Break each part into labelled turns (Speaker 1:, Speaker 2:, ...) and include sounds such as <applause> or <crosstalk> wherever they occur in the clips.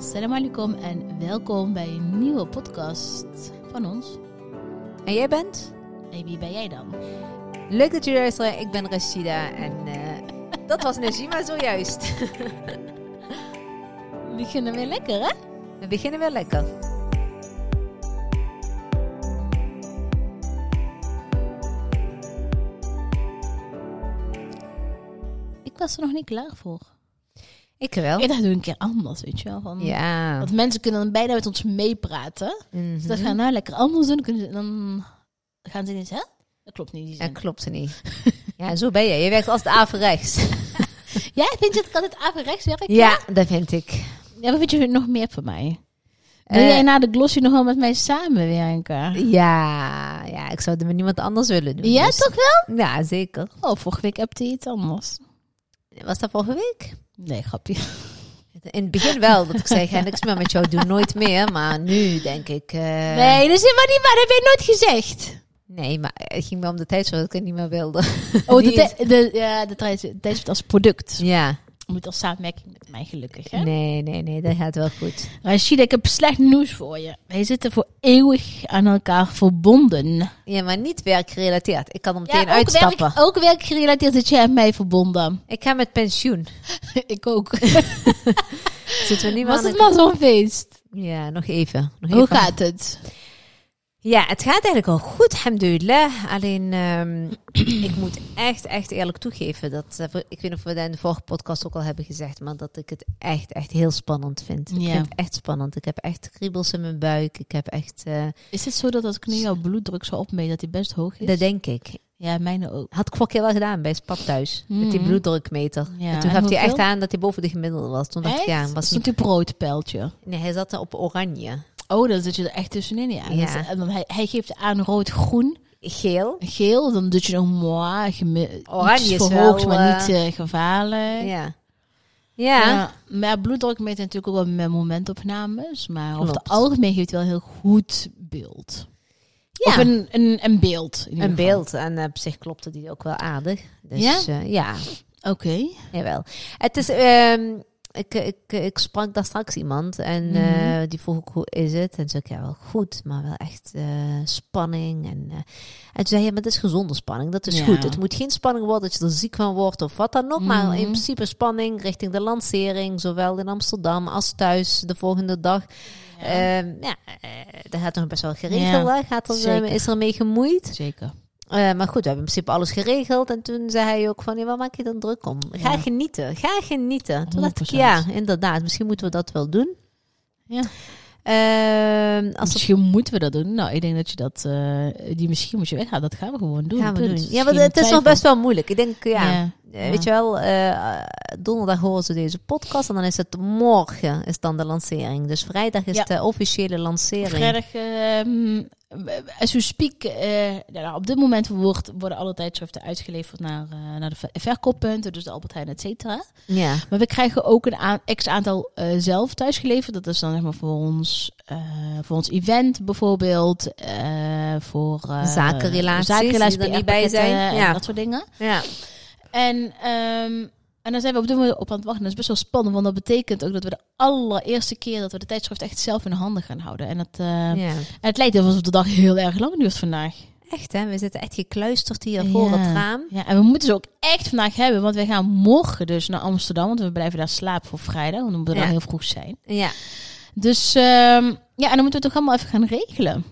Speaker 1: Salam alaikum en welkom bij een nieuwe podcast van ons.
Speaker 2: En jij bent?
Speaker 1: En wie ben jij dan?
Speaker 2: Leuk dat jullie luisteren. Ik ben Rashida en eh, <laughs> dat was Najima zojuist. <laughs>
Speaker 1: We beginnen weer lekker, hè?
Speaker 2: We beginnen weer lekker.
Speaker 1: Ik was er nog niet klaar voor.
Speaker 2: Ik wel.
Speaker 1: Ik dacht, doe een keer anders, weet je wel. Van,
Speaker 2: Ja. Mhm.
Speaker 1: Want mensen kunnen dan bijna met ons meepraten. Dus dat gaan we nou lekker anders doen. Kunnen ze- dan gaan ze ineens, hè? Dat klopt niet. Die
Speaker 2: Dat
Speaker 1: zin.
Speaker 2: klopt niet. <laughs> ja, zo ben je. Je werkt altijd averechts.
Speaker 1: Jij vindt dat ik altijd averechts werk?
Speaker 2: <laughs> ja, dat vind ik.
Speaker 1: Ja, wat vind je nog meer van mij? Wil jij
Speaker 2: Eh,
Speaker 1: na de glossy nog wel met mij samenwerken?
Speaker 2: Ja, ja, ik zou het met niemand anders willen doen.
Speaker 1: Ja,
Speaker 2: dus-
Speaker 1: toch wel?
Speaker 2: Ja, zeker.
Speaker 1: Oh, vorige week heb je iets anders.
Speaker 2: Was dat vorige week?
Speaker 1: Nee, grapje.
Speaker 2: In het begin wel, dat ik zei, ga niks meer met jou doen, nooit meer. Maar nu denk ik... eh,
Speaker 1: Nee, dat is helemaal niet waar. Dat heb je nooit gezegd.
Speaker 2: nee, maar het ging wel om de tijd, zodat ik het niet meer wilde.
Speaker 1: Oh, de,
Speaker 2: Die is-
Speaker 1: te- de, ja, de tijd de tijd zit als product.
Speaker 2: Ja.
Speaker 1: Moet als samenwerking met mij, gelukkig. Hè?
Speaker 2: Nee, nee, nee, dat gaat wel goed.
Speaker 1: Rashida, ik heb slecht nieuws voor je. Wij zitten voor eeuwig aan elkaar verbonden.
Speaker 2: Ja, maar niet werkgerelateerd. Ik kan er meteen uitstappen.
Speaker 1: werk, ook werkgerelateerd zit jij aan mij verbonden.
Speaker 2: Ik ga met pensioen.
Speaker 1: <laughs> ik ook.
Speaker 2: Zitten we nu
Speaker 1: Was
Speaker 2: aan
Speaker 1: het maar zo'n feest?
Speaker 2: Ja, nog even. Nog
Speaker 1: Hoe
Speaker 2: even.
Speaker 1: gaat het?
Speaker 2: Ja, het gaat eigenlijk wel goed, alhamdulillah. Alleen, ehm, <clears throat> ik moet echt, echt eerlijk toegeven. Dat, eh, voor- ik weet niet of we dat in de vorige podcast ook al hebben gezegd, maar dat ik het echt, echt heel spannend vind. Ik
Speaker 1: Ja.
Speaker 2: vind het echt spannend. Ik heb echt kriebels in mijn buik. Ik heb echt, eh,
Speaker 1: Is het zo dat als ik nu jouw bloeddruk zou opmeten, dat die best hoog is?
Speaker 2: dat denk ik.
Speaker 1: Ja, mijne ook.
Speaker 2: Had ik vorige keer wel gedaan bij Spap thuis, met die
Speaker 1: Mhm.
Speaker 2: bloeddrukmeter.
Speaker 1: Ja,
Speaker 2: en toen
Speaker 1: en
Speaker 2: gaf hij echt
Speaker 1: hoeveel?
Speaker 2: aan dat hij boven de gemiddelde was. Toen dacht ik, ja, was niet
Speaker 1: Stond die op rood pijltje.
Speaker 2: Nee, hij zat op oranje.
Speaker 1: Oh, dan zit je er echt tussenin, ja.
Speaker 2: Ja.
Speaker 1: Dat is- en dan hij, hij geeft aan rood-groen,
Speaker 2: Geel.
Speaker 1: geel. Dan doet je nog moi, gemi-
Speaker 2: Oranje
Speaker 1: iets
Speaker 2: is
Speaker 1: verhoogd,
Speaker 2: wel,
Speaker 1: maar
Speaker 2: eh,
Speaker 1: niet eh, gevaarlijk.
Speaker 2: Ja. Ja.
Speaker 1: Maar ja, bloeddruk meet natuurlijk ook wel met momentopnames. Maar over het
Speaker 2: Klopt.
Speaker 1: algemeen geeft het wel een heel goed beeld. Of
Speaker 2: een,
Speaker 1: een, een, een beeld. in ieder
Speaker 2: een
Speaker 1: geval.
Speaker 2: beeld. En eh, op zich klopte die ook wel aardig. Dus
Speaker 1: Ja?
Speaker 2: ja, ja
Speaker 1: Oké.
Speaker 2: jawel. Het is... ehm, ik, ik, ik sprak daar straks iemand en
Speaker 1: Mhm.
Speaker 2: eh, die vroeg ook hoe is het. En toen zei ik, ja wel goed, maar wel echt eh, spanning. En, eh, en toen zei hij, maar het is gezonde spanning, dat is
Speaker 1: Ja.
Speaker 2: goed. Het moet geen spanning worden dat je er ziek van wordt of wat dan ook. Maar in
Speaker 1: Mhm.
Speaker 2: principe spanning richting de lancering, zowel in Amsterdam als thuis de volgende dag. Ehm, ja, eh, daar gaat nog best wel geregeld.
Speaker 1: Ja,
Speaker 2: hè. gaat er, eh,
Speaker 1: zeker.
Speaker 2: is er mee gemoeid.
Speaker 1: Zeker.
Speaker 2: Eh, maar goed, we hebben in principe alles geregeld. En toen zei hij ook van, ja, waar maak je dan druk om? Ga
Speaker 1: Ja.
Speaker 2: genieten, ga genieten. Toen dacht ik,
Speaker 1: 100%.
Speaker 2: ja, inderdaad. Misschien moeten we dat wel doen.
Speaker 1: Ja.
Speaker 2: Ehm, als dat
Speaker 1: Misschien moeten we dat doen. Nou, ik denk dat je dat... eh, die misschien moet je weggaan. Dat gaan we gewoon doen.
Speaker 2: gaan we
Speaker 1: punt.
Speaker 2: doen.
Speaker 1: is
Speaker 2: Ja, want
Speaker 1: geen
Speaker 2: het is nog
Speaker 1: twijfel.
Speaker 2: best wel moeilijk. Ik denk, ja,
Speaker 1: Ja.
Speaker 2: eh, weet je wel, eh, donderdag horen ze deze podcast. En dan is het morgen is dan de lancering. Dus vrijdag is
Speaker 1: Ja.
Speaker 2: de officiële lancering.
Speaker 1: Vrijdag, ehm, as we speak, eh, nou, op dit moment wordt, worden alle tijdschriften uitgeleverd naar, eh, naar de ver- verkooppunten, dus de Albert Heijn, et cetera.
Speaker 2: Ja.
Speaker 1: Maar we krijgen ook een aan, x aantal eh, zelf thuisgeleverd. Dat is dan zeg maar voor ons, eh, voor ons event bijvoorbeeld, eh, voor eh,
Speaker 2: Zakenrelaties die er niet bij
Speaker 1: PR-pakketten
Speaker 2: zijn.
Speaker 1: en
Speaker 2: Ja.
Speaker 1: dat soort dingen.
Speaker 2: ja.
Speaker 1: En, ehm, en dan zijn we op dit moment op aan het wachten. Dat is best wel spannend, want dat betekent ook dat we de allereerste keer dat we de tijdschrift echt zelf in handen gaan houden. En dat, eh,
Speaker 2: ja.
Speaker 1: en het lijkt even alsof de dag heel erg lang duurt vandaag.
Speaker 2: Echt, hè? We zitten echt gekluisterd hier voor
Speaker 1: Ja.
Speaker 2: het raam.
Speaker 1: Ja, en we moeten ze ook echt vandaag hebben, want we gaan morgen dus naar Amsterdam. Want we blijven daar slapen voor vrijdag, want we moeten
Speaker 2: Ja.
Speaker 1: daar heel vroeg zijn.
Speaker 2: Ja.
Speaker 1: Dus ehm, ja, en dan moeten we het toch allemaal even gaan regelen.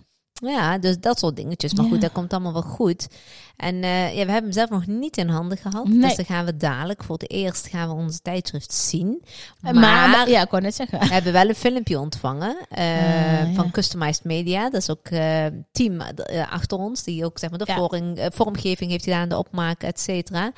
Speaker 2: Ja, dus dat soort dingetjes. Maar
Speaker 1: Ja.
Speaker 2: goed, dat komt allemaal wel goed. En eh, ja, we hebben hem zelf nog niet in handen gehad.
Speaker 1: Nee.
Speaker 2: Dus dan gaan we dadelijk voor het eerst gaan we onze tijdschrift zien. Maar,
Speaker 1: Eh, Maar, ja, ik wou net zeggen. <laughs>
Speaker 2: <laughs> we hebben wel een filmpje ontvangen eh,
Speaker 1: Ah, ja.
Speaker 2: van Customized Media. Dat is ook eh team eh, achter ons, die ook zeg maar, de
Speaker 1: Ja.
Speaker 2: vorm- eh, vormgeving heeft gedaan, de opmaak, et cetera.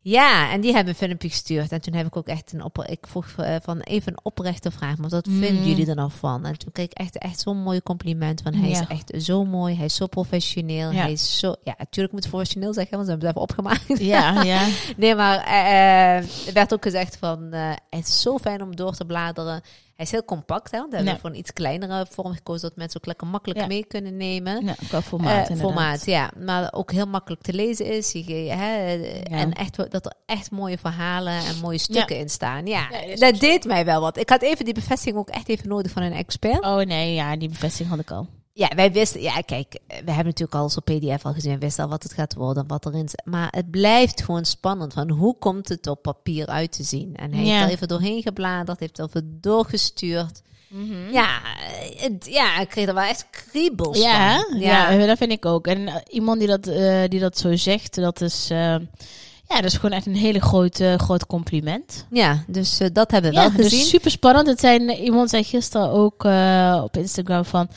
Speaker 2: Ja, en die hebben een filmpje gestuurd. En toen heb ik ook echt een opper. Ik vroeg eh, van even een oprechte vraag, maar wat
Speaker 1: Mm.
Speaker 2: vinden jullie er nou van? En toen kreeg ik echt, echt zo'n mooi compliment. Van hij
Speaker 1: Ja.
Speaker 2: is echt zo mooi, hij is zo professioneel.
Speaker 1: Ja.
Speaker 2: Hij is zo. Ja, natuurlijk moet het professioneel zeggen, want ze hebben het even opgemaakt.
Speaker 1: Ja, ja.
Speaker 2: Nee, maar eh, eh, er werd ook gezegd van eh, het is zo fijn om door te bladeren. Hij is heel compact, hè? Daar hebben
Speaker 1: Ja.
Speaker 2: we voor een iets kleinere vorm gekozen, dat mensen ook lekker makkelijk
Speaker 1: Ja.
Speaker 2: mee kunnen nemen.
Speaker 1: Ja, qua formaat.
Speaker 2: Eh,
Speaker 1: inderdaad.
Speaker 2: formaat, ja. Maar ook heel makkelijk te lezen is. Je, ge- hè, En echt, wel- dat er echt mooie verhalen en mooie stukken in staan. Ja,
Speaker 1: Ja, dat is
Speaker 2: dat deed mij wel wat. Ik had even die bevestiging ook echt even nodig van een expert.
Speaker 1: Oh nee, ja, die bevestiging had ik al.
Speaker 2: Ja, wij wisten, ja, kijk, eh, we hebben natuurlijk al zo'n PDF al gezien. We wisten al wat het gaat worden, wat erin zit. Maar het blijft gewoon spannend. Van hoe komt het op papier uit te zien? En hij
Speaker 1: Ja.
Speaker 2: heeft er even doorheen gebladerd, heeft er even doorgestuurd.
Speaker 1: Mhm.
Speaker 2: Ja, eh, het, ja, ik kreeg er wel echt kriebels
Speaker 1: Ja,
Speaker 2: van.
Speaker 1: ja. dat vind ik ook. En eh, iemand die dat, eh, die dat zo zegt, dat is, eh, ja, dat is gewoon echt een hele groot, eh, groot compliment.
Speaker 2: Ja, dus eh, dat hebben we
Speaker 1: Ja,
Speaker 2: wel gezien.
Speaker 1: dus super spannend. Het zijn, iemand zei gisteren ook eh, op Instagram van,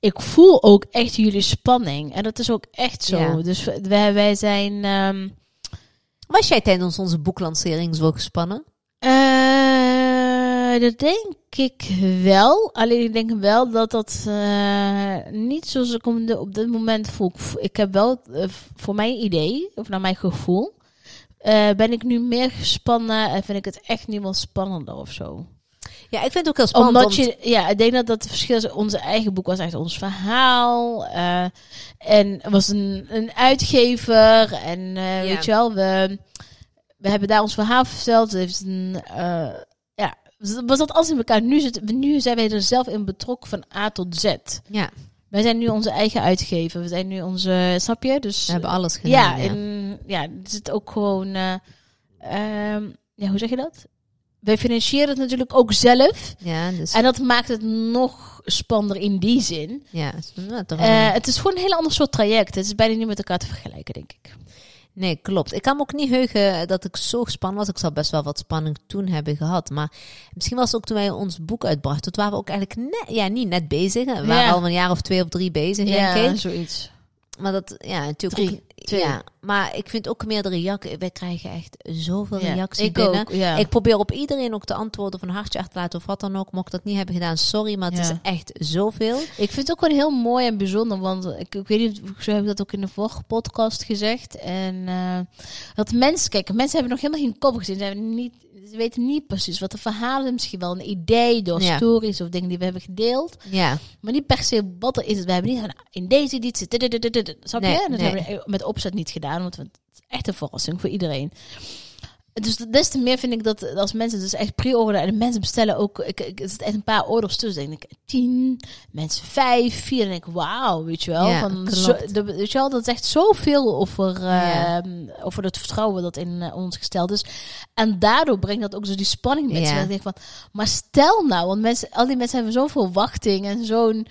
Speaker 1: ik voel ook echt jullie spanning. En dat is ook echt zo.
Speaker 2: Ja.
Speaker 1: Dus wij, wij zijn, ehm,
Speaker 2: Was jij tijdens onze boeklancering zo gespannen?
Speaker 1: Eh, dat denk ik wel. Alleen ik denk wel dat dat eh, niet zoals ik hem de- op dit moment voel. Ik vo- Ik heb wel, eh, voor mijn idee, of naar mijn gevoel, eh, ben ik nu meer gespannen en vind ik het echt niet meer spannender of zo.
Speaker 2: Ja, ik vind het ook heel spannend.
Speaker 1: Omdat
Speaker 2: om-
Speaker 1: je, ja, ik denk dat dat het verschil is. Onze eigen boek was echt ons verhaal. eh, en er was een, een uitgever. En eh,
Speaker 2: Ja.
Speaker 1: weet je wel, we, we hebben daar ons verhaal verteld. Het heeft een, eh, ja, was dat alles in elkaar. Nu, zitten- nu zijn wij er zelf in betrokken van A tot Z.
Speaker 2: Ja,
Speaker 1: Wij zijn nu onze eigen uitgever. We zijn nu onze, snap je? Dus
Speaker 2: we hebben alles gedaan.
Speaker 1: ja,
Speaker 2: Ja,
Speaker 1: en ja, er zit ook gewoon. eh, ehm, ja, hoe zeg je dat? Wij financieren het natuurlijk ook zelf.
Speaker 2: ja dus...
Speaker 1: En dat maakt het nog spannender in die zin.
Speaker 2: ja, dus- nou, toch wel
Speaker 1: Eh,
Speaker 2: een-
Speaker 1: het is gewoon een heel ander soort traject. Het is bijna niet met elkaar te vergelijken, denk ik.
Speaker 2: Nee, klopt. Ik kan me ook niet heugen dat ik zo gespannen was. Ik zal best wel wat spanning toen hebben gehad. Maar misschien was het ook toen wij ons boek uitbrachten. Toen waren we ook eigenlijk net, ja, niet net bezig. We waren
Speaker 1: Ja.
Speaker 2: al een jaar of twee of drie bezig, denk ik.
Speaker 1: zoiets.
Speaker 2: Maar dat, ja, natuurlijk.
Speaker 1: Drie,
Speaker 2: ook-
Speaker 1: twee.
Speaker 2: Ja, maar ik vind ook meer de reacties. Wij krijgen echt zoveel
Speaker 1: Ja,
Speaker 2: reacties
Speaker 1: ik
Speaker 2: binnen.
Speaker 1: ook, ja.
Speaker 2: Ik probeer op iedereen ook te antwoorden van hartje achterlaten of wat dan ook. Mocht ik dat niet hebben gedaan, sorry, maar het
Speaker 1: Ja.
Speaker 2: is echt zoveel.
Speaker 1: Ik vind het ook gewoon heel mooi en bijzonder. Want ik, ik weet niet, zo heb ik dat ook in de vorige podcast gezegd. En eh, dat mensen, kijk, mensen hebben nog helemaal geen kop gezien. Ze, hebben niet, ze weten niet precies wat de verhalen, misschien wel een idee door
Speaker 2: Ja.
Speaker 1: stories of dingen die we hebben gedeeld.
Speaker 2: Ja,
Speaker 1: Maar niet per se wat er is. We hebben niet van, nou, in deze editie. dit, dit, dit, dit, dit. Snap je?
Speaker 2: Nee,
Speaker 1: En dat
Speaker 2: nee.
Speaker 1: hebben we met opzet niet gedaan. Want het is echt een verrassing voor iedereen. Dus des te meer vind ik dat als mensen dus echt pre-orderen en de mensen bestellen ook. Ik, ik, er zitten echt een paar orders tussen. Denk ik tien, mensen vijf, vier. En ik, wauw, weet je wel.
Speaker 2: Ja,
Speaker 1: van,
Speaker 2: klopt.
Speaker 1: zo, de, weet je wel, dat zegt zoveel over,
Speaker 2: Ja.
Speaker 1: ehm, over het vertrouwen dat in eh, ons gesteld is. En daardoor brengt dat ook zo die spanning met
Speaker 2: Ja.
Speaker 1: zich. Ik denk van, maar stel nou, want mensen, al die mensen hebben zo'n verwachting en zo'n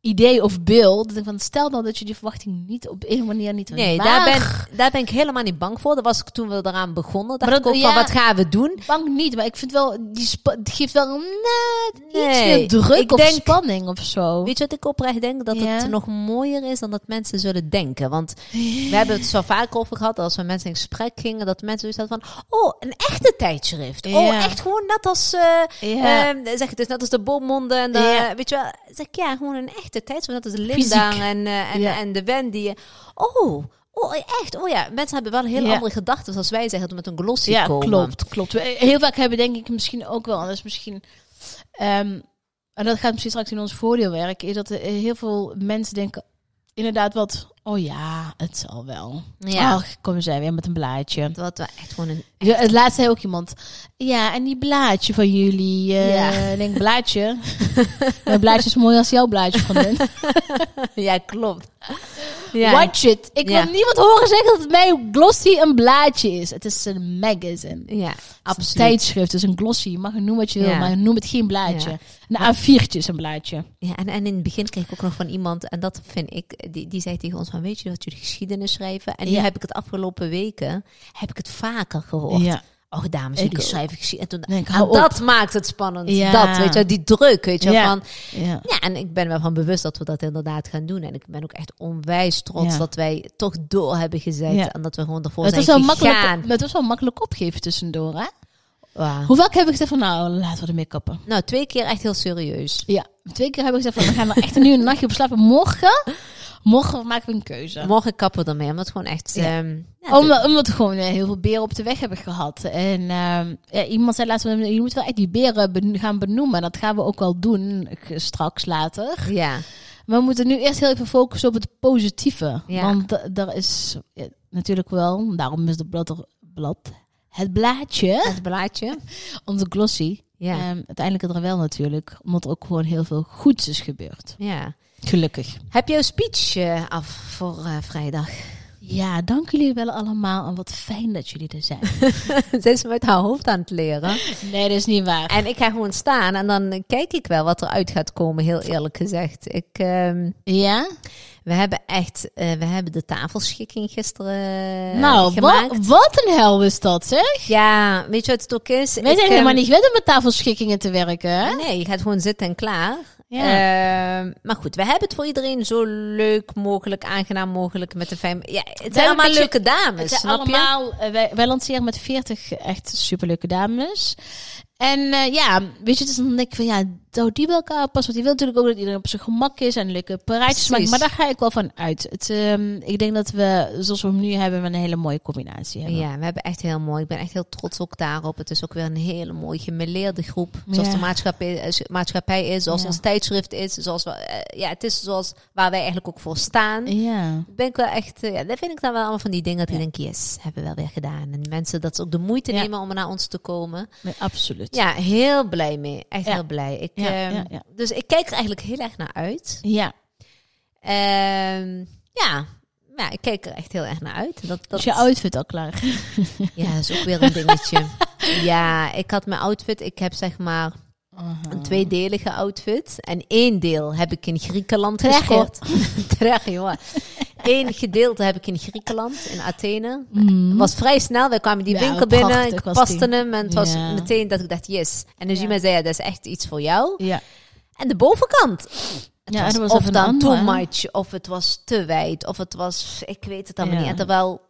Speaker 1: idee of beeld. Dat ik van, stel nou dat je die verwachting niet op een manier niet
Speaker 2: nee,
Speaker 1: waar-
Speaker 2: daar ben, daar ben ik helemaal niet bang voor. Dat was ik toen we eraan begonnen. Dacht
Speaker 1: Maar
Speaker 2: ik
Speaker 1: dat-
Speaker 2: ook
Speaker 1: ja.
Speaker 2: van, wat gaan we doen?
Speaker 1: Bang niet, maar ik vind wel, die spa- het geeft wel net iets
Speaker 2: Nee,
Speaker 1: meer druk
Speaker 2: ik
Speaker 1: of
Speaker 2: denk-
Speaker 1: spanning of zo.
Speaker 2: Weet je wat ik oprecht denk? Dat
Speaker 1: Ja.
Speaker 2: het nog mooier is dan dat mensen zullen denken. Want we hebben het zo vaak over gehad, dat als we mensen in gesprek gingen, dat mensen zoiets hadden van, oh, een echte tijdschrift.
Speaker 1: Ja.
Speaker 2: Oh, echt gewoon net als, eh,
Speaker 1: Ja.
Speaker 2: eh, zeg het dus, net als de Boommonden. En de,
Speaker 1: Ja.
Speaker 2: Weet je wel, zeg ik, ja, gewoon een echte tijdschrift, net als de Linda
Speaker 1: Fysiek.
Speaker 2: en, eh, en,
Speaker 1: Ja.
Speaker 2: en de Wendy. Oh, oh, echt, oh ja, mensen hebben wel een hele
Speaker 1: Ja.
Speaker 2: andere gedachten als wij zeggen, dat we met een glossie
Speaker 1: ja,
Speaker 2: komen.
Speaker 1: klopt, klopt. We- Heel vaak hebben denk ik misschien ook wel anders. Misschien, ehm, en dat gaat misschien straks in ons voordeel werken, is dat eh, heel veel mensen denken, inderdaad wat, oh ja, het zal wel.
Speaker 2: Ja.
Speaker 1: Ach, komen zij weer met een blaadje.
Speaker 2: Wat we echt gewoon een...
Speaker 1: Ja, het laatst zei ook iemand. Ja, en die blaadje van jullie. eh,
Speaker 2: Ja.
Speaker 1: ik denk blaadje. <laughs> Mijn blaadje is mooi als jouw blaadje van hun.
Speaker 2: <laughs> Ja, klopt.
Speaker 1: Watch it. Ik
Speaker 2: Ja.
Speaker 1: wil niemand horen zeggen dat mijn glossy een blaadje is. Het is een magazine. Het is
Speaker 2: Ja,
Speaker 1: Een
Speaker 2: absoluut.
Speaker 1: tijdschrift, dus een glossy. Je mag het noemen wat je wil,
Speaker 2: Ja.
Speaker 1: maar noem het geen blaadje.
Speaker 2: Ja.
Speaker 1: Een A4'tje is een blaadje.
Speaker 2: Ja, en, en in het begin kreeg ik ook nog van iemand, en dat vind ik, die, die zei tegen ons van, weet je dat jullie geschiedenis schrijven? En
Speaker 1: Ja.
Speaker 2: nu heb ik het afgelopen weken, heb ik het vaker gehoord.
Speaker 1: Ja.
Speaker 2: Oh, dames,
Speaker 1: Ik
Speaker 2: jullie
Speaker 1: ook.
Speaker 2: schrijven geschiedenis. En, toen,
Speaker 1: Nee, ik
Speaker 2: en
Speaker 1: hou op.
Speaker 2: dat maakt het spannend.
Speaker 1: Ja.
Speaker 2: Dat, weet je, die druk, weet je,
Speaker 1: Ja.
Speaker 2: van...
Speaker 1: Ja.
Speaker 2: Ja, en ik ben wel van bewust dat we dat inderdaad gaan doen. En ik ben ook echt onwijs trots
Speaker 1: Ja.
Speaker 2: dat wij toch door hebben gezet.
Speaker 1: Ja.
Speaker 2: En dat we gewoon ervoor
Speaker 1: Het was, wel
Speaker 2: zijn
Speaker 1: makkelijk,
Speaker 2: gegaan.
Speaker 1: het was wel makkelijk opgeven tussendoor. Hè?
Speaker 2: Wauw.
Speaker 1: Hoe vaak heb ik gezegd van nou, laten we ermee kappen.
Speaker 2: Nou, twee keer echt heel serieus.
Speaker 1: nou Ja, twee keer heb ik gezegd van we gaan er echt nu een nachtje op slapen. Morgen morgen maken we een keuze.
Speaker 2: Morgen kappen we ermee, omdat gewoon echt...
Speaker 1: Ja.
Speaker 2: ehm, ja,
Speaker 1: omdat, omdat we gewoon eh, heel veel beren op de weg hebben gehad. En ehm, ja, iemand zei laatst, je moet wel echt die beren ben- gaan benoemen. Dat gaan we ook wel doen, eh, straks later.
Speaker 2: de- ja.
Speaker 1: Maar we moeten nu eerst heel even focussen op het positieve.
Speaker 2: Ja.
Speaker 1: Want da- daar is eh, natuurlijk wel, daarom is de blad, er- blad het blaadje,
Speaker 2: Het blaadje.
Speaker 1: onze glossy,
Speaker 2: Ja.
Speaker 1: ehm, uiteindelijk er wel natuurlijk. Omdat er ook gewoon heel veel goeds is gebeurd.
Speaker 2: ja.
Speaker 1: Gelukkig.
Speaker 2: Heb je jouw speech eh, af voor eh, vrijdag? <laughs>
Speaker 1: Ja, dank jullie wel allemaal en wat fijn dat jullie er
Speaker 2: <laughs>
Speaker 1: zijn.
Speaker 2: Ze is met haar hoofd aan het leren.
Speaker 1: nee, dat is niet waar.
Speaker 2: En ik ga gewoon staan en dan kijk ik wel wat eruit gaat komen, heel eerlijk gezegd. Ik, ehm,
Speaker 1: Ja?
Speaker 2: we hebben echt eh, we hebben de tafelschikking gisteren eh,
Speaker 1: nou,
Speaker 2: gemaakt.
Speaker 1: wa- wat een hel is dat, zeg?
Speaker 2: Ja, weet je wat het ook is?
Speaker 1: Wij
Speaker 2: Ik,
Speaker 1: zijn
Speaker 2: ehm,
Speaker 1: helemaal niet gewend om met tafelschikkingen te werken, hè? Eh,
Speaker 2: Nee, je gaat gewoon zitten en klaar.
Speaker 1: Ja.
Speaker 2: Ehm, maar goed, we hebben het voor iedereen zo leuk mogelijk, aangenaam mogelijk met de fam. Ja, het zijn
Speaker 1: een
Speaker 2: allemaal
Speaker 1: beetje-
Speaker 2: leuke dames,
Speaker 1: Het zijn
Speaker 2: snap je?
Speaker 1: allemaal, eh, wij, wij lanceren met 40 echt superleuke dames. En eh, ja, weet je, dus dan denk ik van ja, zou die bij elkaar passen? Want je wil natuurlijk ook dat iedereen op zijn gemak is en leuke paraatjes maakt.
Speaker 2: Precies.
Speaker 1: Maar daar ga ik wel van uit. Het, ehm, ik denk dat we, zoals we hem nu hebben, een hele mooie combinatie hebben.
Speaker 2: Ja, we hebben echt heel mooi. Ik ben echt heel trots ook daarop. Het is ook weer een hele mooie gemêleerde groep. Zoals
Speaker 1: Ja.
Speaker 2: de maatschappij, eh, maatschappij is, zoals
Speaker 1: Ja.
Speaker 2: ons tijdschrift is. Zoals we, eh, ja, het is zoals waar wij eigenlijk ook voor staan.
Speaker 1: ja.
Speaker 2: Ben ik wel echt, eh, ja, dat vind ik dan wel allemaal van die dingen dat
Speaker 1: Ja.
Speaker 2: ik denk, yes, hebben we wel weer gedaan. En mensen dat ze ook de moeite
Speaker 1: Ja.
Speaker 2: nemen om naar ons te komen.
Speaker 1: Nee, absoluut.
Speaker 2: Ja, heel blij mee. Echt
Speaker 1: Ja.
Speaker 2: heel blij. Ik,
Speaker 1: Ja,
Speaker 2: ehm,
Speaker 1: ja, ja.
Speaker 2: Dus ik kijk er eigenlijk heel erg naar uit.
Speaker 1: Ja.
Speaker 2: Ehm, ja. ja, ik kijk er echt heel erg naar uit. Dat, dat,
Speaker 1: Is Dus je outfit al klaar?
Speaker 2: ja, dat is ook weer een dingetje. <laughs> ja, ik had mijn outfit. Ik heb zeg maar een tweedelige outfit. En één deel heb ik in Griekenland
Speaker 1: Terecht.
Speaker 2: gescoord. <laughs> Terecht, jongen. Eén gedeelte heb ik in Griekenland, in Athene.
Speaker 1: Mhm.
Speaker 2: Het was vrij snel. We kwamen die
Speaker 1: Ja,
Speaker 2: winkel
Speaker 1: prachtig
Speaker 2: binnen. Ik
Speaker 1: was
Speaker 2: paste
Speaker 1: die.
Speaker 2: hem. En het was
Speaker 1: Ja.
Speaker 2: meteen dat ik dacht, yes. En de
Speaker 1: Ja.
Speaker 2: Juma zei, ja, dat is echt iets voor jou.
Speaker 1: Ja.
Speaker 2: En de bovenkant. Het
Speaker 1: Ja,
Speaker 2: was
Speaker 1: dat was
Speaker 2: of
Speaker 1: even
Speaker 2: dan
Speaker 1: een
Speaker 2: too
Speaker 1: andere.
Speaker 2: much, of het was te wijd, of het was, ik weet het allemaal
Speaker 1: Ja.
Speaker 2: niet. En terwijl,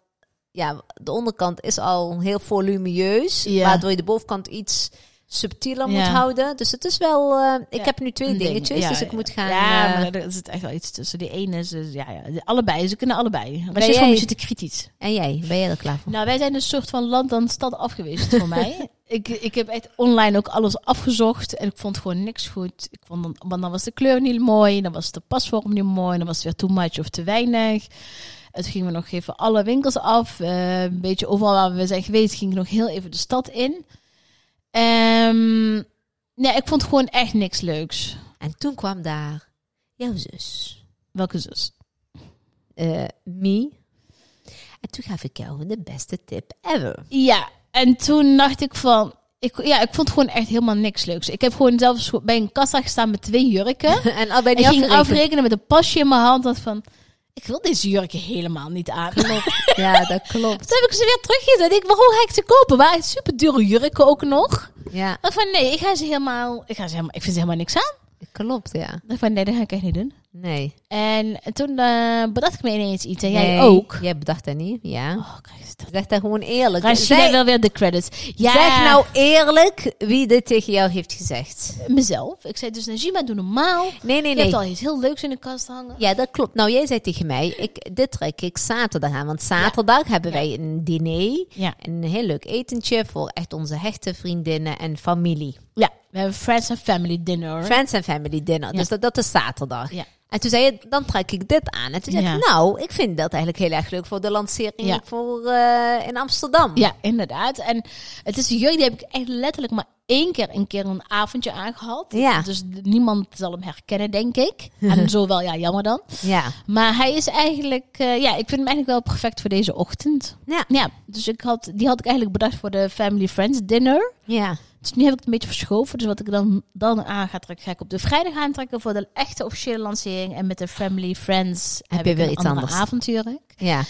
Speaker 2: ja, de onderkant is al heel volumieus,
Speaker 1: Ja.
Speaker 2: waardoor je de bovenkant iets subtieler moet
Speaker 1: Ja.
Speaker 2: houden. Dus het is wel, eh, ik
Speaker 1: Ja,
Speaker 2: heb nu twee
Speaker 1: Een ding.
Speaker 2: dingetjes,
Speaker 1: Ja,
Speaker 2: dus ik
Speaker 1: ja.
Speaker 2: moet gaan.
Speaker 1: Ja,
Speaker 2: eh,
Speaker 1: maar er zit echt wel iets tussen. Die ene is, eh, ja, ja, allebei. Ze kunnen allebei. Maar
Speaker 2: jij-
Speaker 1: is gewoon een beetje te kritisch.
Speaker 2: en jij, ben jij er klaar voor?
Speaker 1: Nou, wij zijn een soort van land dan stad afgeweest voor mij. Ik, ik heb echt online ook alles afgezocht en ik vond gewoon niks goed. Ik vond dan, want dan was de kleur niet mooi, dan was de pasvorm niet mooi, dan was het weer too much of te weinig. En toen gingen we nog even alle winkels af. eh, een beetje overal waar we zijn geweest, ging ik nog heel even de stad in. Ehm, nee, ik vond gewoon echt niks leuks.
Speaker 2: En toen kwam daar jouw zus,
Speaker 1: Welke zus?
Speaker 2: eh Mie. En toen gaf ik jou de beste tip ever. <laughs>
Speaker 1: Ja, en toen dacht ik van... Ik, ja, ik vond gewoon echt helemaal niks leuks. Ik heb gewoon zelfs bij een kassa gestaan met twee jurken.
Speaker 2: en al bij
Speaker 1: En
Speaker 2: die
Speaker 1: ik ging
Speaker 2: afgerekend.
Speaker 1: afrekenen met een pasje in mijn hand. Dat van, ik wil deze jurken helemaal niet aan. Toen
Speaker 2: Ja, dat klopt.
Speaker 1: heb ik ze weer teruggezet. Ik, waarom ga ik ze kopen? Waren super dure jurken ook nog.
Speaker 2: Ja,
Speaker 1: Ik van, nee, ik ga ze helemaal... Ik, ga ze helemaal, ik vind ze helemaal niks aan.
Speaker 2: klopt, ja.
Speaker 1: Ik van, nee, dat ga ik echt niet doen.
Speaker 2: Nee.
Speaker 1: En toen eh, bedacht ik me ineens iets. En jij
Speaker 2: Nee,
Speaker 1: ook.
Speaker 2: Jij bedacht dat niet, ja.
Speaker 1: Oh, kijk eens dat.
Speaker 2: Zeg dat gewoon eerlijk.
Speaker 1: Rashida
Speaker 2: Zeg-
Speaker 1: wil weer de credits. Ja,
Speaker 2: Zeg nou eerlijk wie dit tegen jou heeft gezegd.
Speaker 1: mezelf. Ik zei dus, Najima, doe normaal.
Speaker 2: Nee, nee,
Speaker 1: Je hebt
Speaker 2: nee.
Speaker 1: al iets heel leuks in de kast hangen.
Speaker 2: Ja, dat klopt. Nou, jij zei tegen mij, ik, dit trek ik zaterdag aan. Want zaterdag hebben wij een diner.
Speaker 1: Ja.
Speaker 2: Een heel leuk etentje voor echt onze hechte vriendinnen en familie.
Speaker 1: Ja, we hebben Friends and Family Dinner.
Speaker 2: Friends en family dinner. Dus dat, dat is zaterdag.
Speaker 1: Ja.
Speaker 2: En toen zei je, dan trek ik dit aan. En toen zei ik,
Speaker 1: Ja.
Speaker 2: nou, ik vind dat eigenlijk heel erg leuk voor de lancering
Speaker 1: Ja.
Speaker 2: voor, eh, in Amsterdam.
Speaker 1: ja, inderdaad. En het is een jurk, die heb ik echt letterlijk maar één keer een keer een avondje aangehad.
Speaker 2: Ja.
Speaker 1: Dus niemand zal hem herkennen, denk ik. <laughs> En zo wel, ja, jammer dan.
Speaker 2: Ja.
Speaker 1: Maar hij is eigenlijk, eh, ja, ik vind hem eigenlijk wel perfect voor deze ochtend.
Speaker 2: Ja.
Speaker 1: Ja, dus ik had, die had ik eigenlijk bedacht voor de Family Friends Dinner.
Speaker 2: ja.
Speaker 1: Dus nu heb ik het een beetje verschoven. Dus wat ik dan, dan aan ga trekken, ga ik op de vrijdag aantrekken voor de echte officiële lancering. En met de Family Friends heb,
Speaker 2: je
Speaker 1: ik
Speaker 2: weer
Speaker 1: een
Speaker 2: iets
Speaker 1: andere
Speaker 2: anders.
Speaker 1: avondjurk.
Speaker 2: Ja.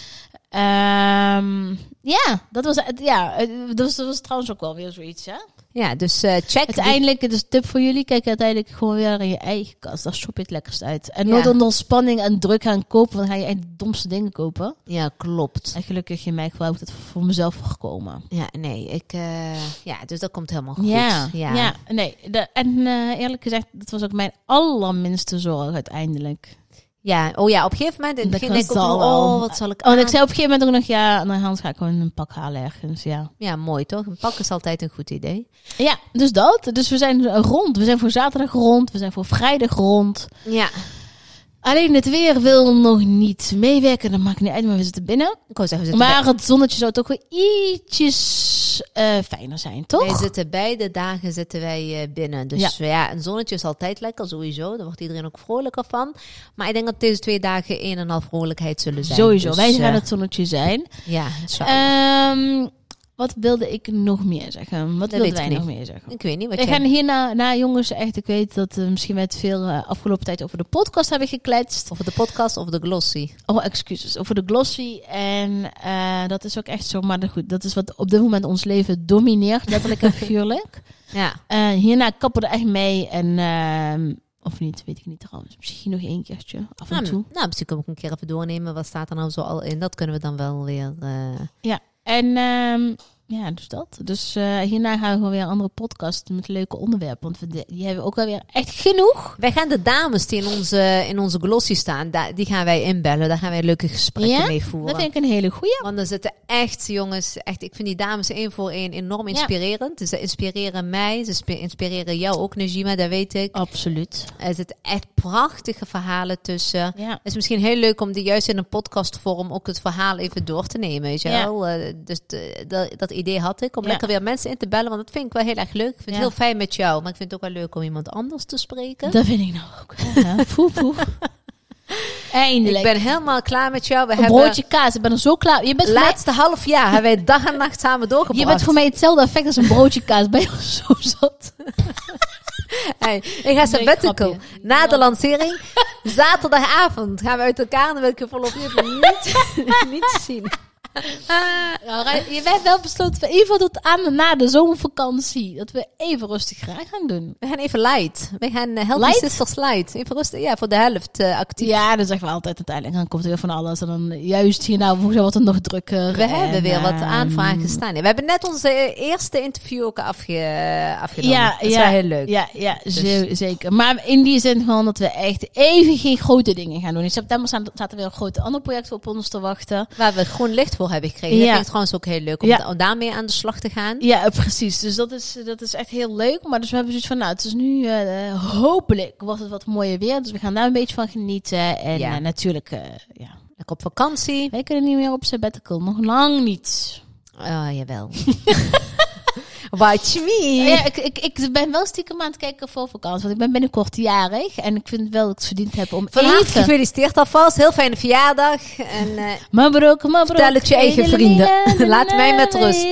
Speaker 1: Ehm, ja, dat was, het- ja, eh, dat was, dat was trouwens ook wel weer zoiets, hè?
Speaker 2: Ja, dus eh, check. die-
Speaker 1: Uiteindelijk, het is een tip voor jullie, kijk uiteindelijk gewoon weer in je eigen kast. Daar shop je het lekkerst uit. En
Speaker 2: Ja.
Speaker 1: nooit onder spanning en druk gaan kopen, want dan ga je echt de domste dingen kopen.
Speaker 2: Ja, klopt.
Speaker 1: En gelukkig in mijn geval heb ik dat voor mezelf voorkomen.
Speaker 2: Ja, nee, ik... eh, ja, dus dat komt helemaal goed.
Speaker 1: Ja,
Speaker 2: ja.
Speaker 1: ja. nee. de- en eh, eerlijk gezegd, dat was ook mijn allerminste zorg uiteindelijk.
Speaker 2: Ja, oh ja, op een gegeven moment in het
Speaker 1: Dat
Speaker 2: begin denk ik ook
Speaker 1: zal
Speaker 2: nog,
Speaker 1: wel.
Speaker 2: oh, wat zal ik
Speaker 1: Oh, en
Speaker 2: aan-
Speaker 1: ik zei op een gegeven moment ook nog, ja, naar Hans ga ik gewoon een pak halen ergens, ja.
Speaker 2: Ja, mooi toch? Een pak is altijd een goed idee.
Speaker 1: Ja, dus dat. Dus we zijn rond. We zijn voor zaterdag rond, we zijn voor vrijdag rond.
Speaker 2: Ja.
Speaker 1: Alleen het weer wil nog niet meewerken, dat maakt niet uit, maar we zitten binnen.
Speaker 2: Ik wou zeggen, we zitten,
Speaker 1: Maar het zonnetje zou toch wel ietsjes eh, fijner zijn,
Speaker 2: bij-
Speaker 1: toch?
Speaker 2: wij zitten beide dagen zitten wij eh, binnen. Dus ja. een zonnetje is altijd lekker sowieso. Daar wordt iedereen ook vrolijker van. Maar ik denk dat deze twee dagen een en al vrolijkheid zullen zijn.
Speaker 1: Sowieso,
Speaker 2: Dus,
Speaker 1: wij gaan
Speaker 2: eh,
Speaker 1: het zonnetje zijn.
Speaker 2: Ja, zo.
Speaker 1: Ehm, wat wilde ik nog meer zeggen? Wat
Speaker 2: Dat
Speaker 1: wilden
Speaker 2: weet
Speaker 1: wij
Speaker 2: ik
Speaker 1: nog
Speaker 2: niet.
Speaker 1: meer zeggen?
Speaker 2: ik weet niet wat
Speaker 1: We
Speaker 2: jij...
Speaker 1: gaan hierna, na jongens, echt, ik weet dat we misschien met veel eh, afgelopen tijd over de podcast hebben gekletst.
Speaker 2: Of de podcast of de glossy.
Speaker 1: Oh, excuses, over de glossy. En eh, dat is ook echt zo, maar dat- goed, dat is wat op dit moment ons leven domineert, letterlijk
Speaker 2: <laughs>
Speaker 1: en figuurlijk.
Speaker 2: Ja.
Speaker 1: Eh, hierna kappen we er echt mee en, ehm, of niet, weet ik niet trouwens. Misschien nog één keertje, af en
Speaker 2: Nou,
Speaker 1: toe.
Speaker 2: nou, misschien kan ik een keer even doornemen. Wat staat er nou zo al in? Dat kunnen we dan wel weer... eh,
Speaker 1: Ja, en ehm, ja, dus dat. Dus eh, hierna gaan we gewoon weer een andere podcast met leuke onderwerpen. Want we, de- die hebben we ook alweer echt genoeg.
Speaker 2: Wij gaan de dames die in onze, in onze glossy staan, da- die gaan wij inbellen. Daar gaan wij leuke gesprekken
Speaker 1: Ja?
Speaker 2: mee voeren.
Speaker 1: Dat vind ik een hele goeie.
Speaker 2: Want er zitten echt, jongens, echt, ik vind die dames één voor één enorm
Speaker 1: Ja.
Speaker 2: inspirerend. Dus Ze inspireren mij, ze spe- inspireren jou ook, Najima, dat weet ik.
Speaker 1: Absoluut.
Speaker 2: Er zitten echt prachtige verhalen tussen.
Speaker 1: Ja.
Speaker 2: Het is misschien heel leuk om die juist in een podcastvorm ook het verhaal even door te nemen, weet je
Speaker 1: Ja.
Speaker 2: wel. Eh, dus de- dat- dat idee had ik, om
Speaker 1: Ja.
Speaker 2: lekker weer mensen in te bellen, want dat vind ik wel heel erg leuk. Ik vind het
Speaker 1: Ja.
Speaker 2: heel fijn met jou, maar ik vind het ook wel leuk om iemand anders te spreken.
Speaker 1: Dat vind ik nou ook. Ja, Poe, poe. <laughs> Eindelijk.
Speaker 2: Ik ben helemaal klaar met jou. We
Speaker 1: een
Speaker 2: hebben
Speaker 1: broodje kaas. Ik ben er zo klaar. Je bent, voor mij,
Speaker 2: laatste half jaar hebben wij dag en nacht samen doorgebracht.
Speaker 1: je bent voor mij hetzelfde effect als een broodje kaas. Ben je al zo zat?
Speaker 2: Hey, ik ga sabbatical.
Speaker 1: grapje.
Speaker 2: Na de
Speaker 1: <laughs>
Speaker 2: lancering, zaterdagavond, gaan we uit elkaar en dan wil ik je voorlopig
Speaker 1: <laughs>
Speaker 2: even niet, niet zien.
Speaker 1: Nou, Rijn, je- wij hebben wel besloten we even tot aan en na de zomervakantie. Dat we even rustig gaan gaan doen.
Speaker 2: We gaan even light. We gaan eh, Healthy
Speaker 1: Light?
Speaker 2: Sisters light. Even rustig, ja, voor de helft eh, actief.
Speaker 1: Ja, dat zeggen we altijd uiteindelijk. Dan komt er weer van alles. En dan juist hier nou wordt het nog drukker.
Speaker 2: We hebben
Speaker 1: En,
Speaker 2: weer wat
Speaker 1: ehm,
Speaker 2: aanvragen staan. We hebben net onze eh, eerste interview ook afge, afgenomen.
Speaker 1: Ja,
Speaker 2: dat is
Speaker 1: ja,
Speaker 2: wel heel leuk. Dus
Speaker 1: Ja, ja ze- zeker. Maar in die zin gewoon dat we echt even geen grote dingen gaan doen. In september staan- staat er weer een groot ander project op ons te wachten.
Speaker 2: Waar we groen licht voor hebben gekregen.
Speaker 1: Ja.
Speaker 2: Dat vind ik trouwens ook heel leuk om,
Speaker 1: Ja.
Speaker 2: da- om daarmee aan de slag te gaan.
Speaker 1: Ja, eh, precies. Dus dat is, dat is echt heel leuk. Maar dus we hebben zoiets van, nou, het is nu eh, hopelijk wordt het wat mooier weer. Dus we gaan daar een beetje van genieten. En
Speaker 2: Ja.
Speaker 1: eh, natuurlijk, eh, ja.
Speaker 2: Lekker op vakantie.
Speaker 1: wij kunnen niet meer op sabbatical. Nog lang niet.
Speaker 2: Oh,
Speaker 1: <laughs>
Speaker 2: jawel. Watch me.
Speaker 1: Oh Ja, ik, ik, ik ben wel stiekem aan het kijken voor vakantie. Want ik ben binnenkort jarig. En ik vind wel dat ik het verdiend heb om
Speaker 2: Van harte
Speaker 1: even...
Speaker 2: gefeliciteerd alvast. Heel fijne verjaardag. En eh,
Speaker 1: Mabrok, mabrok.
Speaker 2: Vertel het je eigen vrienden. <laughs> Laat mij met rust.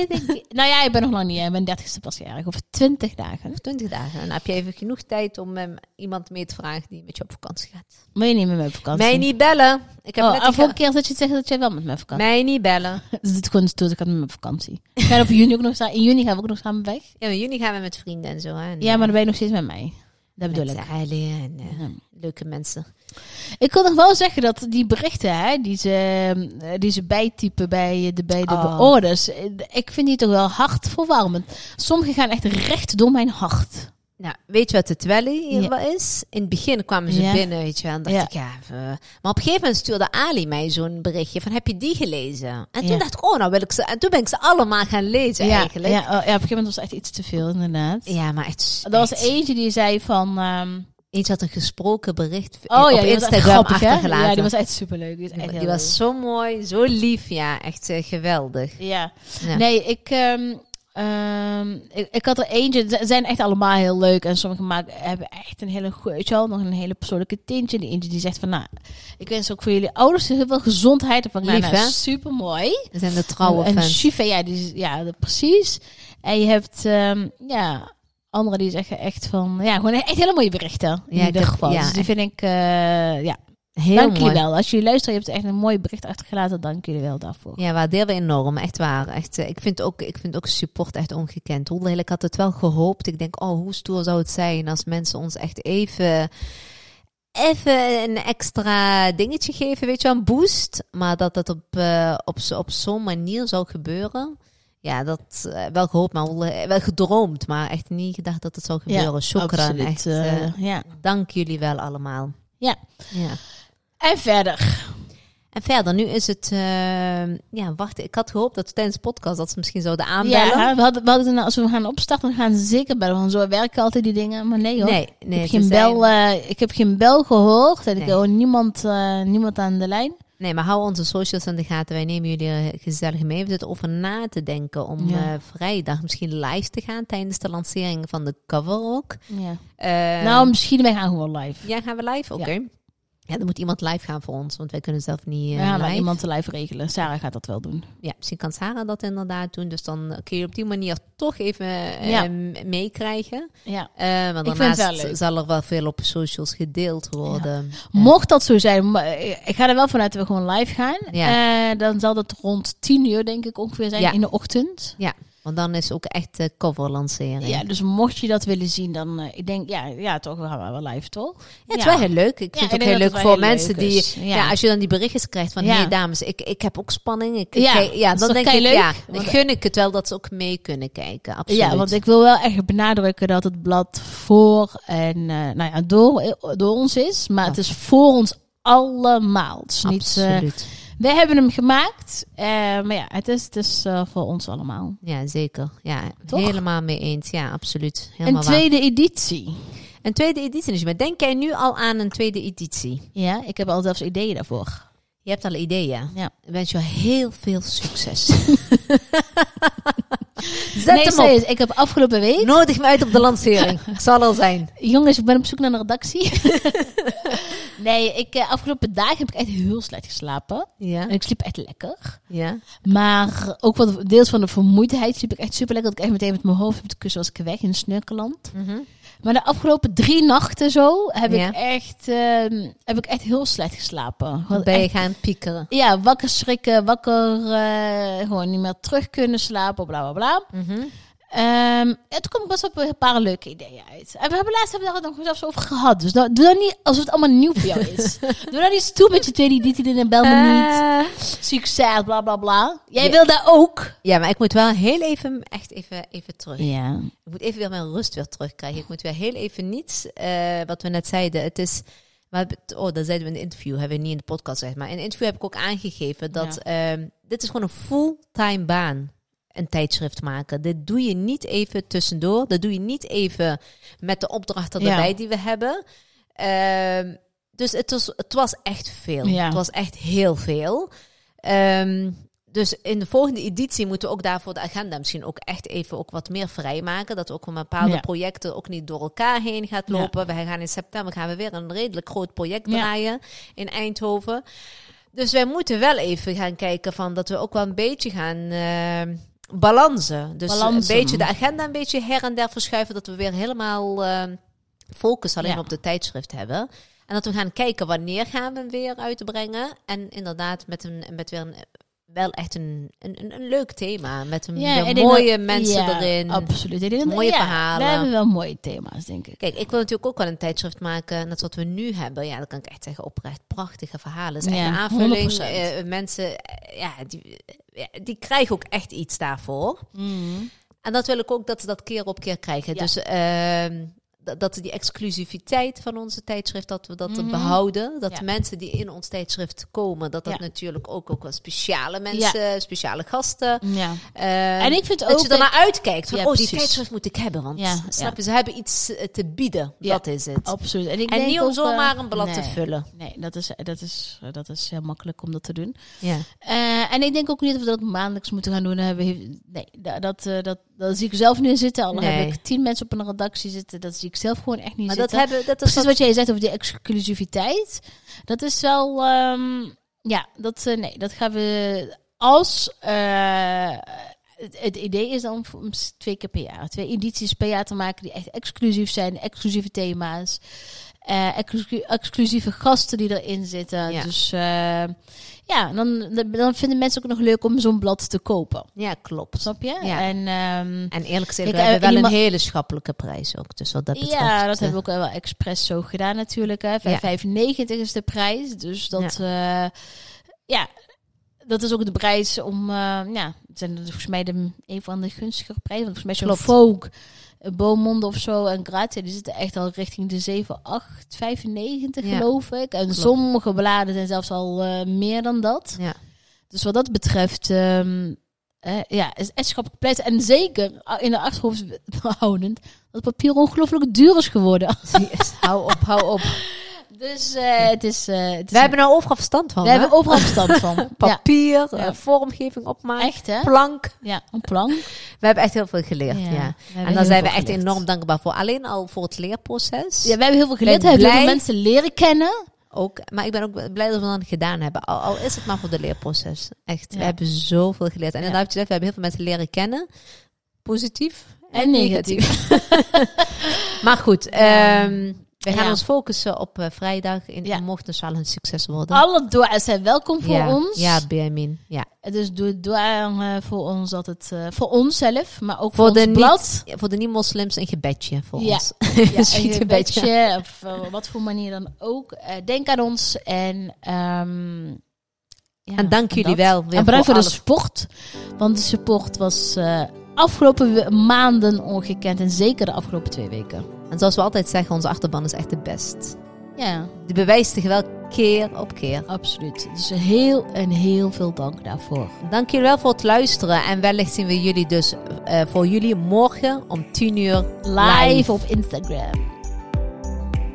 Speaker 1: Nou ja, ik ben nog lang niet. hè. Ik ben 30ste pas jarig. Over 20 dagen.
Speaker 2: 20 dagen. En dan heb je even genoeg tijd om eh, iemand mee te vragen die met je op vakantie gaat.
Speaker 1: Moet je niet met mij op vakantie?
Speaker 2: Mij niet bellen. Ik heb
Speaker 1: Oh,
Speaker 2: net
Speaker 1: de
Speaker 2: die
Speaker 1: vorige
Speaker 2: ge-
Speaker 1: keer dat je het zegt dat jij wel met mij op vakantie
Speaker 2: Mij niet bellen.
Speaker 1: gaat. Dus het gewoon stoot, ik had met mijn vakantie. We gaan op <laughs> juni ook nog samen, in juni gaan we ook nog samen weg.
Speaker 2: Ja, in juni gaan we met vrienden en zo. Hè? En,
Speaker 1: Ja, maar dan ben je nog steeds met mij. Dat
Speaker 2: eh,
Speaker 1: bedoel
Speaker 2: met
Speaker 1: ik. Mhm.
Speaker 2: Ali en eh,
Speaker 1: Ja.
Speaker 2: leuke mensen.
Speaker 1: Ik wil nog wel zeggen dat die berichten hè, die, ze, eh, die ze bijtypen bij de beide
Speaker 2: Oh.
Speaker 1: beoorders, eh, ik vind die toch wel hartverwarmend. Sommigen gaan echt recht door mijn hart.
Speaker 2: Nou, weet je wat het wel hier
Speaker 1: Ja.
Speaker 2: wel is? In het begin kwamen ze
Speaker 1: Ja.
Speaker 2: binnen, weet je wel. En dacht
Speaker 1: Ja.
Speaker 2: ik, ja... eh, maar op een gegeven moment stuurde Ali mij zo'n berichtje van... Heb je die gelezen? En toen
Speaker 1: Ja.
Speaker 2: dacht ik, oh, nou wil ik ze... En toen ben ik ze allemaal gaan lezen
Speaker 1: ja,
Speaker 2: eigenlijk.
Speaker 1: Ja, oh, ja, op een gegeven moment was het echt iets te veel, inderdaad.
Speaker 2: Ja, maar het
Speaker 1: Er was
Speaker 2: echt-
Speaker 1: eentje die zei van... ehm,
Speaker 2: Eens had een gesproken bericht
Speaker 1: oh ja,
Speaker 2: op
Speaker 1: die was echt
Speaker 2: Instagram
Speaker 1: grappig, hè?
Speaker 2: achtergelaten.
Speaker 1: Ja, die was echt superleuk. Die was echt
Speaker 2: Die
Speaker 1: heel
Speaker 2: was
Speaker 1: leuk.
Speaker 2: zo mooi, zo lief. Ja, echt eh, geweldig.
Speaker 1: Ja.
Speaker 2: Ja.
Speaker 1: Nee, ik, ehm, ehm, ik, ik had er eentje. Ze zijn echt allemaal heel leuk. En sommige maken, hebben echt een hele goeie, weet je wel, nog een hele persoonlijke tintje. Die eentje die zegt van, nou, ik wens ook voor jullie ouders heel veel gezondheid. En van, nou,
Speaker 2: Lief,
Speaker 1: nou,
Speaker 2: hè?
Speaker 1: supermooi.
Speaker 2: We zijn de trouwe
Speaker 1: en
Speaker 2: fans.
Speaker 1: Shiva, ja, die, is- ja, dat- precies. En je hebt, ehm, ja, anderen die zeggen echt van, ja, gewoon echt hele mooie berichten. In
Speaker 2: Ja, ik
Speaker 1: ieder
Speaker 2: heb-
Speaker 1: geval.
Speaker 2: ja,
Speaker 1: dus die vind ik, eh, ja,
Speaker 2: Heel
Speaker 1: dank
Speaker 2: mooi.
Speaker 1: jullie wel. Als jullie luisteren, je hebt echt een mooi bericht achtergelaten. Dank jullie wel daarvoor.
Speaker 2: Ja, waarderen we enorm. Echt waar. Echt, eh, ik, vind ook, ik vind ook support echt ongekend. Hoewel, ik had het wel gehoopt. Ik denk, oh, hoe stoer zou het zijn als mensen ons echt even... Even een extra dingetje geven, weet je wel, een boost. Maar dat dat op, eh, op, zo- op zo'n manier zou gebeuren. Ja, dat eh, wel gehoopt, maar wel, eh, wel gedroomd. Maar echt niet gedacht dat het zou gebeuren. Shukran,
Speaker 1: absoluut,
Speaker 2: echt.
Speaker 1: eh,
Speaker 2: eh,
Speaker 1: ja.
Speaker 2: dank jullie wel allemaal.
Speaker 1: Ja.
Speaker 2: Ja.
Speaker 1: En verder.
Speaker 2: En verder, nu is het... eh, ja, wacht, ik had gehoopt dat tijdens de podcast dat ze misschien zouden aanbellen.
Speaker 1: Ja, we hadden, we hadden, als we gaan opstarten, dan gaan ze zeker bellen. Want zo werken altijd die dingen. Maar nee hoor.
Speaker 2: nee,
Speaker 1: ik,
Speaker 2: nee,
Speaker 1: heb
Speaker 2: ze
Speaker 1: geen
Speaker 2: zijn-
Speaker 1: bel, eh, ik heb geen bel gehoord. En ik
Speaker 2: Nee.
Speaker 1: hoor niemand, eh, niemand aan de lijn.
Speaker 2: Nee, maar hou onze socials in de gaten. Wij nemen jullie eh, gezellig mee. We zitten over na te denken om
Speaker 1: Ja.
Speaker 2: eh, vrijdag misschien live te gaan tijdens de lancering van de cover ook.
Speaker 1: Ja.
Speaker 2: Eh,
Speaker 1: nou, misschien wij gaan gewoon live.
Speaker 2: ja, gaan we live? Oké. Ja. dan moet iemand live gaan voor ons, want wij kunnen zelf niet eh,
Speaker 1: we gaan maar
Speaker 2: live.
Speaker 1: iemand te live regelen. Sarah gaat dat wel doen.
Speaker 2: Ja, misschien kan Sarah dat inderdaad doen. Dus dan kun je op die manier toch even eh,
Speaker 1: Ja.
Speaker 2: eh, meekrijgen.
Speaker 1: Ja.
Speaker 2: Eh want
Speaker 1: Ik vind het
Speaker 2: daarnaast
Speaker 1: wel leuk.
Speaker 2: zal er wel veel op socials gedeeld worden. Ja.
Speaker 1: Mocht dat zo zijn, maar, eh, ik ga er wel vanuit dat we gewoon live gaan. Eh, dan zal dat rond 10 uur, denk ik, ongeveer zijn
Speaker 2: Ja.
Speaker 1: in de ochtend.
Speaker 2: Eh, Want dan is ook echt de cover lancering.
Speaker 1: Ja, dus mocht je dat willen zien, dan eh, ik denk ja, ja, toch, we gaan wel live, toch?
Speaker 2: Ja, het is wel heel leuk. Ik
Speaker 1: Ja, ik
Speaker 2: vind het ook
Speaker 1: denk
Speaker 2: heel
Speaker 1: dat
Speaker 2: leuk
Speaker 1: het
Speaker 2: voor
Speaker 1: wel heel
Speaker 2: mensen
Speaker 1: leuk
Speaker 2: die...
Speaker 1: is.
Speaker 2: Ja.
Speaker 1: Ja.
Speaker 2: als je dan die berichtjes krijgt van...
Speaker 1: Ja.
Speaker 2: hey, dames, ik, ik heb ook spanning. Ik, ik-
Speaker 1: Ja,
Speaker 2: ja,
Speaker 1: dat is
Speaker 2: dan
Speaker 1: toch
Speaker 2: denk ik...
Speaker 1: keileuk?
Speaker 2: Ja, dan
Speaker 1: Want-
Speaker 2: gun ik het wel dat ze ook mee kunnen kijken. Absoluut.
Speaker 1: Ja, want ik wil wel echt benadrukken dat het blad voor en eh, nou ja, door, door ons is, maar het is voor ons allemaal. Het is niet, eh,
Speaker 2: Absoluut.
Speaker 1: wij hebben hem gemaakt, eh, maar ja, het is dus eh, voor ons allemaal.
Speaker 2: ja, zeker. Ja,
Speaker 1: Toch?
Speaker 2: helemaal mee eens. Ja, absoluut. Helemaal
Speaker 1: een tweede editie.
Speaker 2: waar. Een tweede editie. Dus maar denk jij nu al aan een tweede editie?
Speaker 1: Ja, ik heb al zelfs ideeën daarvoor.
Speaker 2: Je hebt al ideeën.
Speaker 1: Ja.
Speaker 2: Ik wens je heel veel succes. <laughs> Zet
Speaker 1: nee,
Speaker 2: hem op.
Speaker 1: serieus, ik heb afgelopen week
Speaker 2: Nodig me uit op de lancering. <laughs> Ik zal er zijn.
Speaker 1: Jongens, ik ben op zoek naar een redactie.
Speaker 2: <laughs>
Speaker 1: <laughs> nee, ik, eh, afgelopen dagen heb ik echt heel slecht geslapen.
Speaker 2: Ja.
Speaker 1: En ik sliep echt lekker.
Speaker 2: Ja.
Speaker 1: Maar ook wat deels van de vermoeidheid sliep ik echt super lekker. Dat ik echt meteen met mijn hoofd op de kussen was ik weg in Snurkeland.
Speaker 2: Mhm.
Speaker 1: Maar de afgelopen drie nachten zo heb,
Speaker 2: Ja.
Speaker 1: ik, echt, ehm, heb ik echt heel slecht geslapen. Gewoon
Speaker 2: Ben je
Speaker 1: echt-
Speaker 2: gaan piekeren?
Speaker 1: ja, wakker schrikken, wakker, eh, gewoon niet meer terug kunnen slapen, bla bla bla.
Speaker 2: Mhm.
Speaker 1: Ehm, ja, toen kwam ik best op een paar leuke ideeën uit. En we hebben laatst hebben we daar nog zelfs over gehad. Dus nou, doe dat niet alsof het allemaal nieuw voor jou
Speaker 2: <laughs>
Speaker 1: is. doe dat niet stoer met je tweede dit in en bel me niet. Succes, bla bla bla. Jij
Speaker 2: Eh. Ja.
Speaker 1: wil dat ook.
Speaker 2: Ja, maar ik moet wel heel even, echt even, even terug.
Speaker 1: Ja.
Speaker 2: Ik moet even weer mijn rust weer terugkrijgen. Ik moet weer heel even niets, eh, wat we net zeiden. Het is, we hebben het- oh, dat zeiden we in een interview, hebben we niet in de podcast gezegd. Maar in een interview heb ik ook aangegeven dat ehm, dit is gewoon een fulltime baan. Een tijdschrift maken. Dit doe je niet even tussendoor. Dat doe je niet even met de opdrachten
Speaker 1: Ja.
Speaker 2: erbij die we hebben. Ehm, dus het was, het was echt veel.
Speaker 1: Ja.
Speaker 2: Het was echt heel veel. Ehm, dus in de volgende editie moeten we ook daarvoor de agenda misschien ook echt even ook wat meer vrijmaken. Dat ook een bepaalde
Speaker 1: Ja.
Speaker 2: projecten ook niet door elkaar heen gaat lopen. We gaan in september gaan we weer een redelijk groot project
Speaker 1: Ja.
Speaker 2: draaien in Eindhoven. Dus wij moeten wel even gaan kijken van dat we ook wel een beetje gaan eh, balansen. Dus
Speaker 1: Balansen.
Speaker 2: een beetje de agenda een beetje her en der verschuiven. Dat we weer helemaal eh, focus alleen
Speaker 1: Ja.
Speaker 2: op de tijdschrift hebben. En dat we gaan kijken wanneer gaan we hem weer uitbrengen. En inderdaad met, een, met weer een, wel echt een, een, een- een leuk thema. Met een, weer
Speaker 1: ik denk
Speaker 2: mooie
Speaker 1: dat-
Speaker 2: mensen
Speaker 1: ja,
Speaker 2: erin.
Speaker 1: Absoluut. Ik denk dat-
Speaker 2: Mooie
Speaker 1: ja,
Speaker 2: verhalen.
Speaker 1: We hebben wel mooie thema's, denk ik.
Speaker 2: Kijk, ik wil natuurlijk ook wel een tijdschrift maken. Net wat we nu hebben. Ja, dat kan ik echt zeggen. Oprecht prachtige verhalen. Het is echt
Speaker 1: Ja,
Speaker 2: een aanvulling.
Speaker 1: 100%.
Speaker 2: Eh, mensen, eh, ja, die, ja, die krijgen ook echt iets daarvoor. En dat wil ik ook dat ze dat keer op keer krijgen.
Speaker 1: Ja.
Speaker 2: Dus ehm, dat, dat die exclusiviteit van onze tijdschrift, dat we dat
Speaker 1: Mhm.
Speaker 2: behouden. Dat
Speaker 1: Ja.
Speaker 2: de mensen die in ons tijdschrift komen, dat dat
Speaker 1: Ja.
Speaker 2: natuurlijk ook, ook wel speciale mensen, speciale gasten.
Speaker 1: Mm, Ja.
Speaker 2: eh,
Speaker 1: En ik vind
Speaker 2: dat
Speaker 1: ook...
Speaker 2: je ernaar uitkijkt. Van,
Speaker 1: Ja,
Speaker 2: oh, die
Speaker 1: precies.
Speaker 2: tijdschrift moet ik hebben. Want
Speaker 1: Ja,
Speaker 2: snap je, Oh, ze hebben iets eh, te bieden.
Speaker 1: Ja.
Speaker 2: Dat is het.
Speaker 1: Absoluut. En, ik
Speaker 2: en
Speaker 1: denk
Speaker 2: niet om
Speaker 1: ook, eh,
Speaker 2: zomaar een blad te
Speaker 1: nee.
Speaker 2: vullen.
Speaker 1: Nee, dat is, dat, is, dat is heel makkelijk om dat te doen.
Speaker 2: Ja.
Speaker 1: Eh, en ik denk ook niet dat we dat maandelijks moeten gaan doen. Hebben. Nee, da- dat, eh, dat, dat zie ik zelf niet zitten. Al
Speaker 2: Nee.
Speaker 1: heb ik tien mensen op een redactie zitten, dat zie ik zelf gewoon echt niet
Speaker 2: Maar dat
Speaker 1: zitten.
Speaker 2: hebben, dat is
Speaker 1: Precies
Speaker 2: wat,
Speaker 1: wat jij zegt over die exclusiviteit. Dat is wel... ehm, ja, dat, eh, nee, dat gaan we... Als... eh, het, het idee is dan om om s- twee keer per jaar, twee edities per jaar te maken die echt exclusief zijn, exclusieve thema's, eh, exclu- exclusieve gasten die erin zitten.
Speaker 2: Ja.
Speaker 1: Dus eh, ja, dan, dan vinden mensen ook nog leuk om zo'n blad te kopen.
Speaker 2: ja, klopt.
Speaker 1: Snap je?
Speaker 2: Ja.
Speaker 1: En ehm,
Speaker 2: En eerlijk gezegd,
Speaker 1: Kijk,
Speaker 2: we hebben
Speaker 1: eh,
Speaker 2: wel een
Speaker 1: iemand-
Speaker 2: hele schappelijke prijs ook. Dus wat dat betreft.
Speaker 1: ja,
Speaker 2: eh,
Speaker 1: dat hebben we ook wel expres zo gedaan natuurlijk. Hè. 5,95 is de prijs. Dus dat, ja. ja, dat is ook de prijs om, eh, ja, het zijn volgens mij de een van de gunstigere prijzen. Want volgens mij zo'n
Speaker 2: Klopt.
Speaker 1: Vogue eh, Beaumont of zo en Grazia, die zitten echt al richting de 7, 8, 95
Speaker 2: Ja.
Speaker 1: geloof ik. En sommige bladen zijn zelfs al eh, meer dan dat.
Speaker 2: Ja.
Speaker 1: Dus wat dat betreft, ehm, eh, ja, is echt schappelijk pleit. En zeker ah, in de achterhoofd <laughs> houdend, dat papier ongelooflijk duur is
Speaker 2: <laughs>
Speaker 1: geworden.
Speaker 2: Yes, hou op, hou op.
Speaker 1: Dus eh, het is... eh, het is
Speaker 2: We hebben er overal verstand van.
Speaker 1: we hebben overal verstand
Speaker 2: <laughs>
Speaker 1: van. ja,
Speaker 2: Papier, eh,
Speaker 1: Ja.
Speaker 2: vormgeving opmaken,
Speaker 1: echt hè?
Speaker 2: plank.
Speaker 1: Ja, een plan.
Speaker 2: We hebben echt heel veel geleerd, ja.
Speaker 1: we hebben
Speaker 2: En
Speaker 1: heel
Speaker 2: daar zijn we
Speaker 1: veel
Speaker 2: echt
Speaker 1: geleerd.
Speaker 2: enorm dankbaar voor. Alleen al voor het leerproces.
Speaker 1: Ja, we hebben heel veel
Speaker 2: Ben
Speaker 1: geleerd. We hebben heel veel
Speaker 2: blij.
Speaker 1: mensen leren kennen.
Speaker 2: Ook, maar ik ben ook blij dat we dat gedaan hebben. Al, al is het maar voor de leerproces. Echt,
Speaker 1: Ja.
Speaker 2: we hebben zoveel geleerd. En
Speaker 1: Ja.
Speaker 2: inderdaad, wat je zegt, we hebben heel veel mensen leren kennen. Positief en,
Speaker 1: En negatief.
Speaker 2: negatief.
Speaker 1: <laughs>
Speaker 2: maar goed,
Speaker 1: Ja.
Speaker 2: ehm, we gaan
Speaker 1: Ja.
Speaker 2: ons focussen op eh, vrijdag. In,
Speaker 1: Ja.
Speaker 2: Mocht het zal een succes worden.
Speaker 1: Alle doa's zijn welkom voor
Speaker 2: ja.
Speaker 1: ons.
Speaker 2: Ja, Benjamin. Ja.
Speaker 1: Dus doe doa eh, voor ons dat het... eh, voor onszelf, maar ook voor,
Speaker 2: Voor de
Speaker 1: ons
Speaker 2: niet-
Speaker 1: blad.
Speaker 2: Ja, Voor de niet-moslims een gebedje voor
Speaker 1: Ja.
Speaker 2: ons. <laughs>
Speaker 1: Ja,
Speaker 2: Schiet
Speaker 1: een
Speaker 2: een beetje.
Speaker 1: gebedje, of eh, wat voor manier dan ook. Eh, denk aan ons en... ehm, ja,
Speaker 2: en dank
Speaker 1: en
Speaker 2: jullie
Speaker 1: dat.
Speaker 2: wel. Weer
Speaker 1: En bedankt voor,
Speaker 2: voor
Speaker 1: de support. Want de support was eh, afgelopen we- maanden ongekend. En zeker de afgelopen twee weken.
Speaker 2: alle- En zoals we altijd zeggen, onze achterban is echt de best.
Speaker 1: Ja,
Speaker 2: Die bewijst zich wel keer op keer.
Speaker 1: absoluut. Dus heel en heel veel dank daarvoor.
Speaker 2: Dank jullie wel voor het luisteren. En wellicht zien we jullie dus eh, voor jullie morgen om 10 uur
Speaker 1: Live,
Speaker 2: Live.
Speaker 1: op Instagram.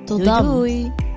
Speaker 1: Tot
Speaker 2: Doei,
Speaker 1: dan.
Speaker 2: doei.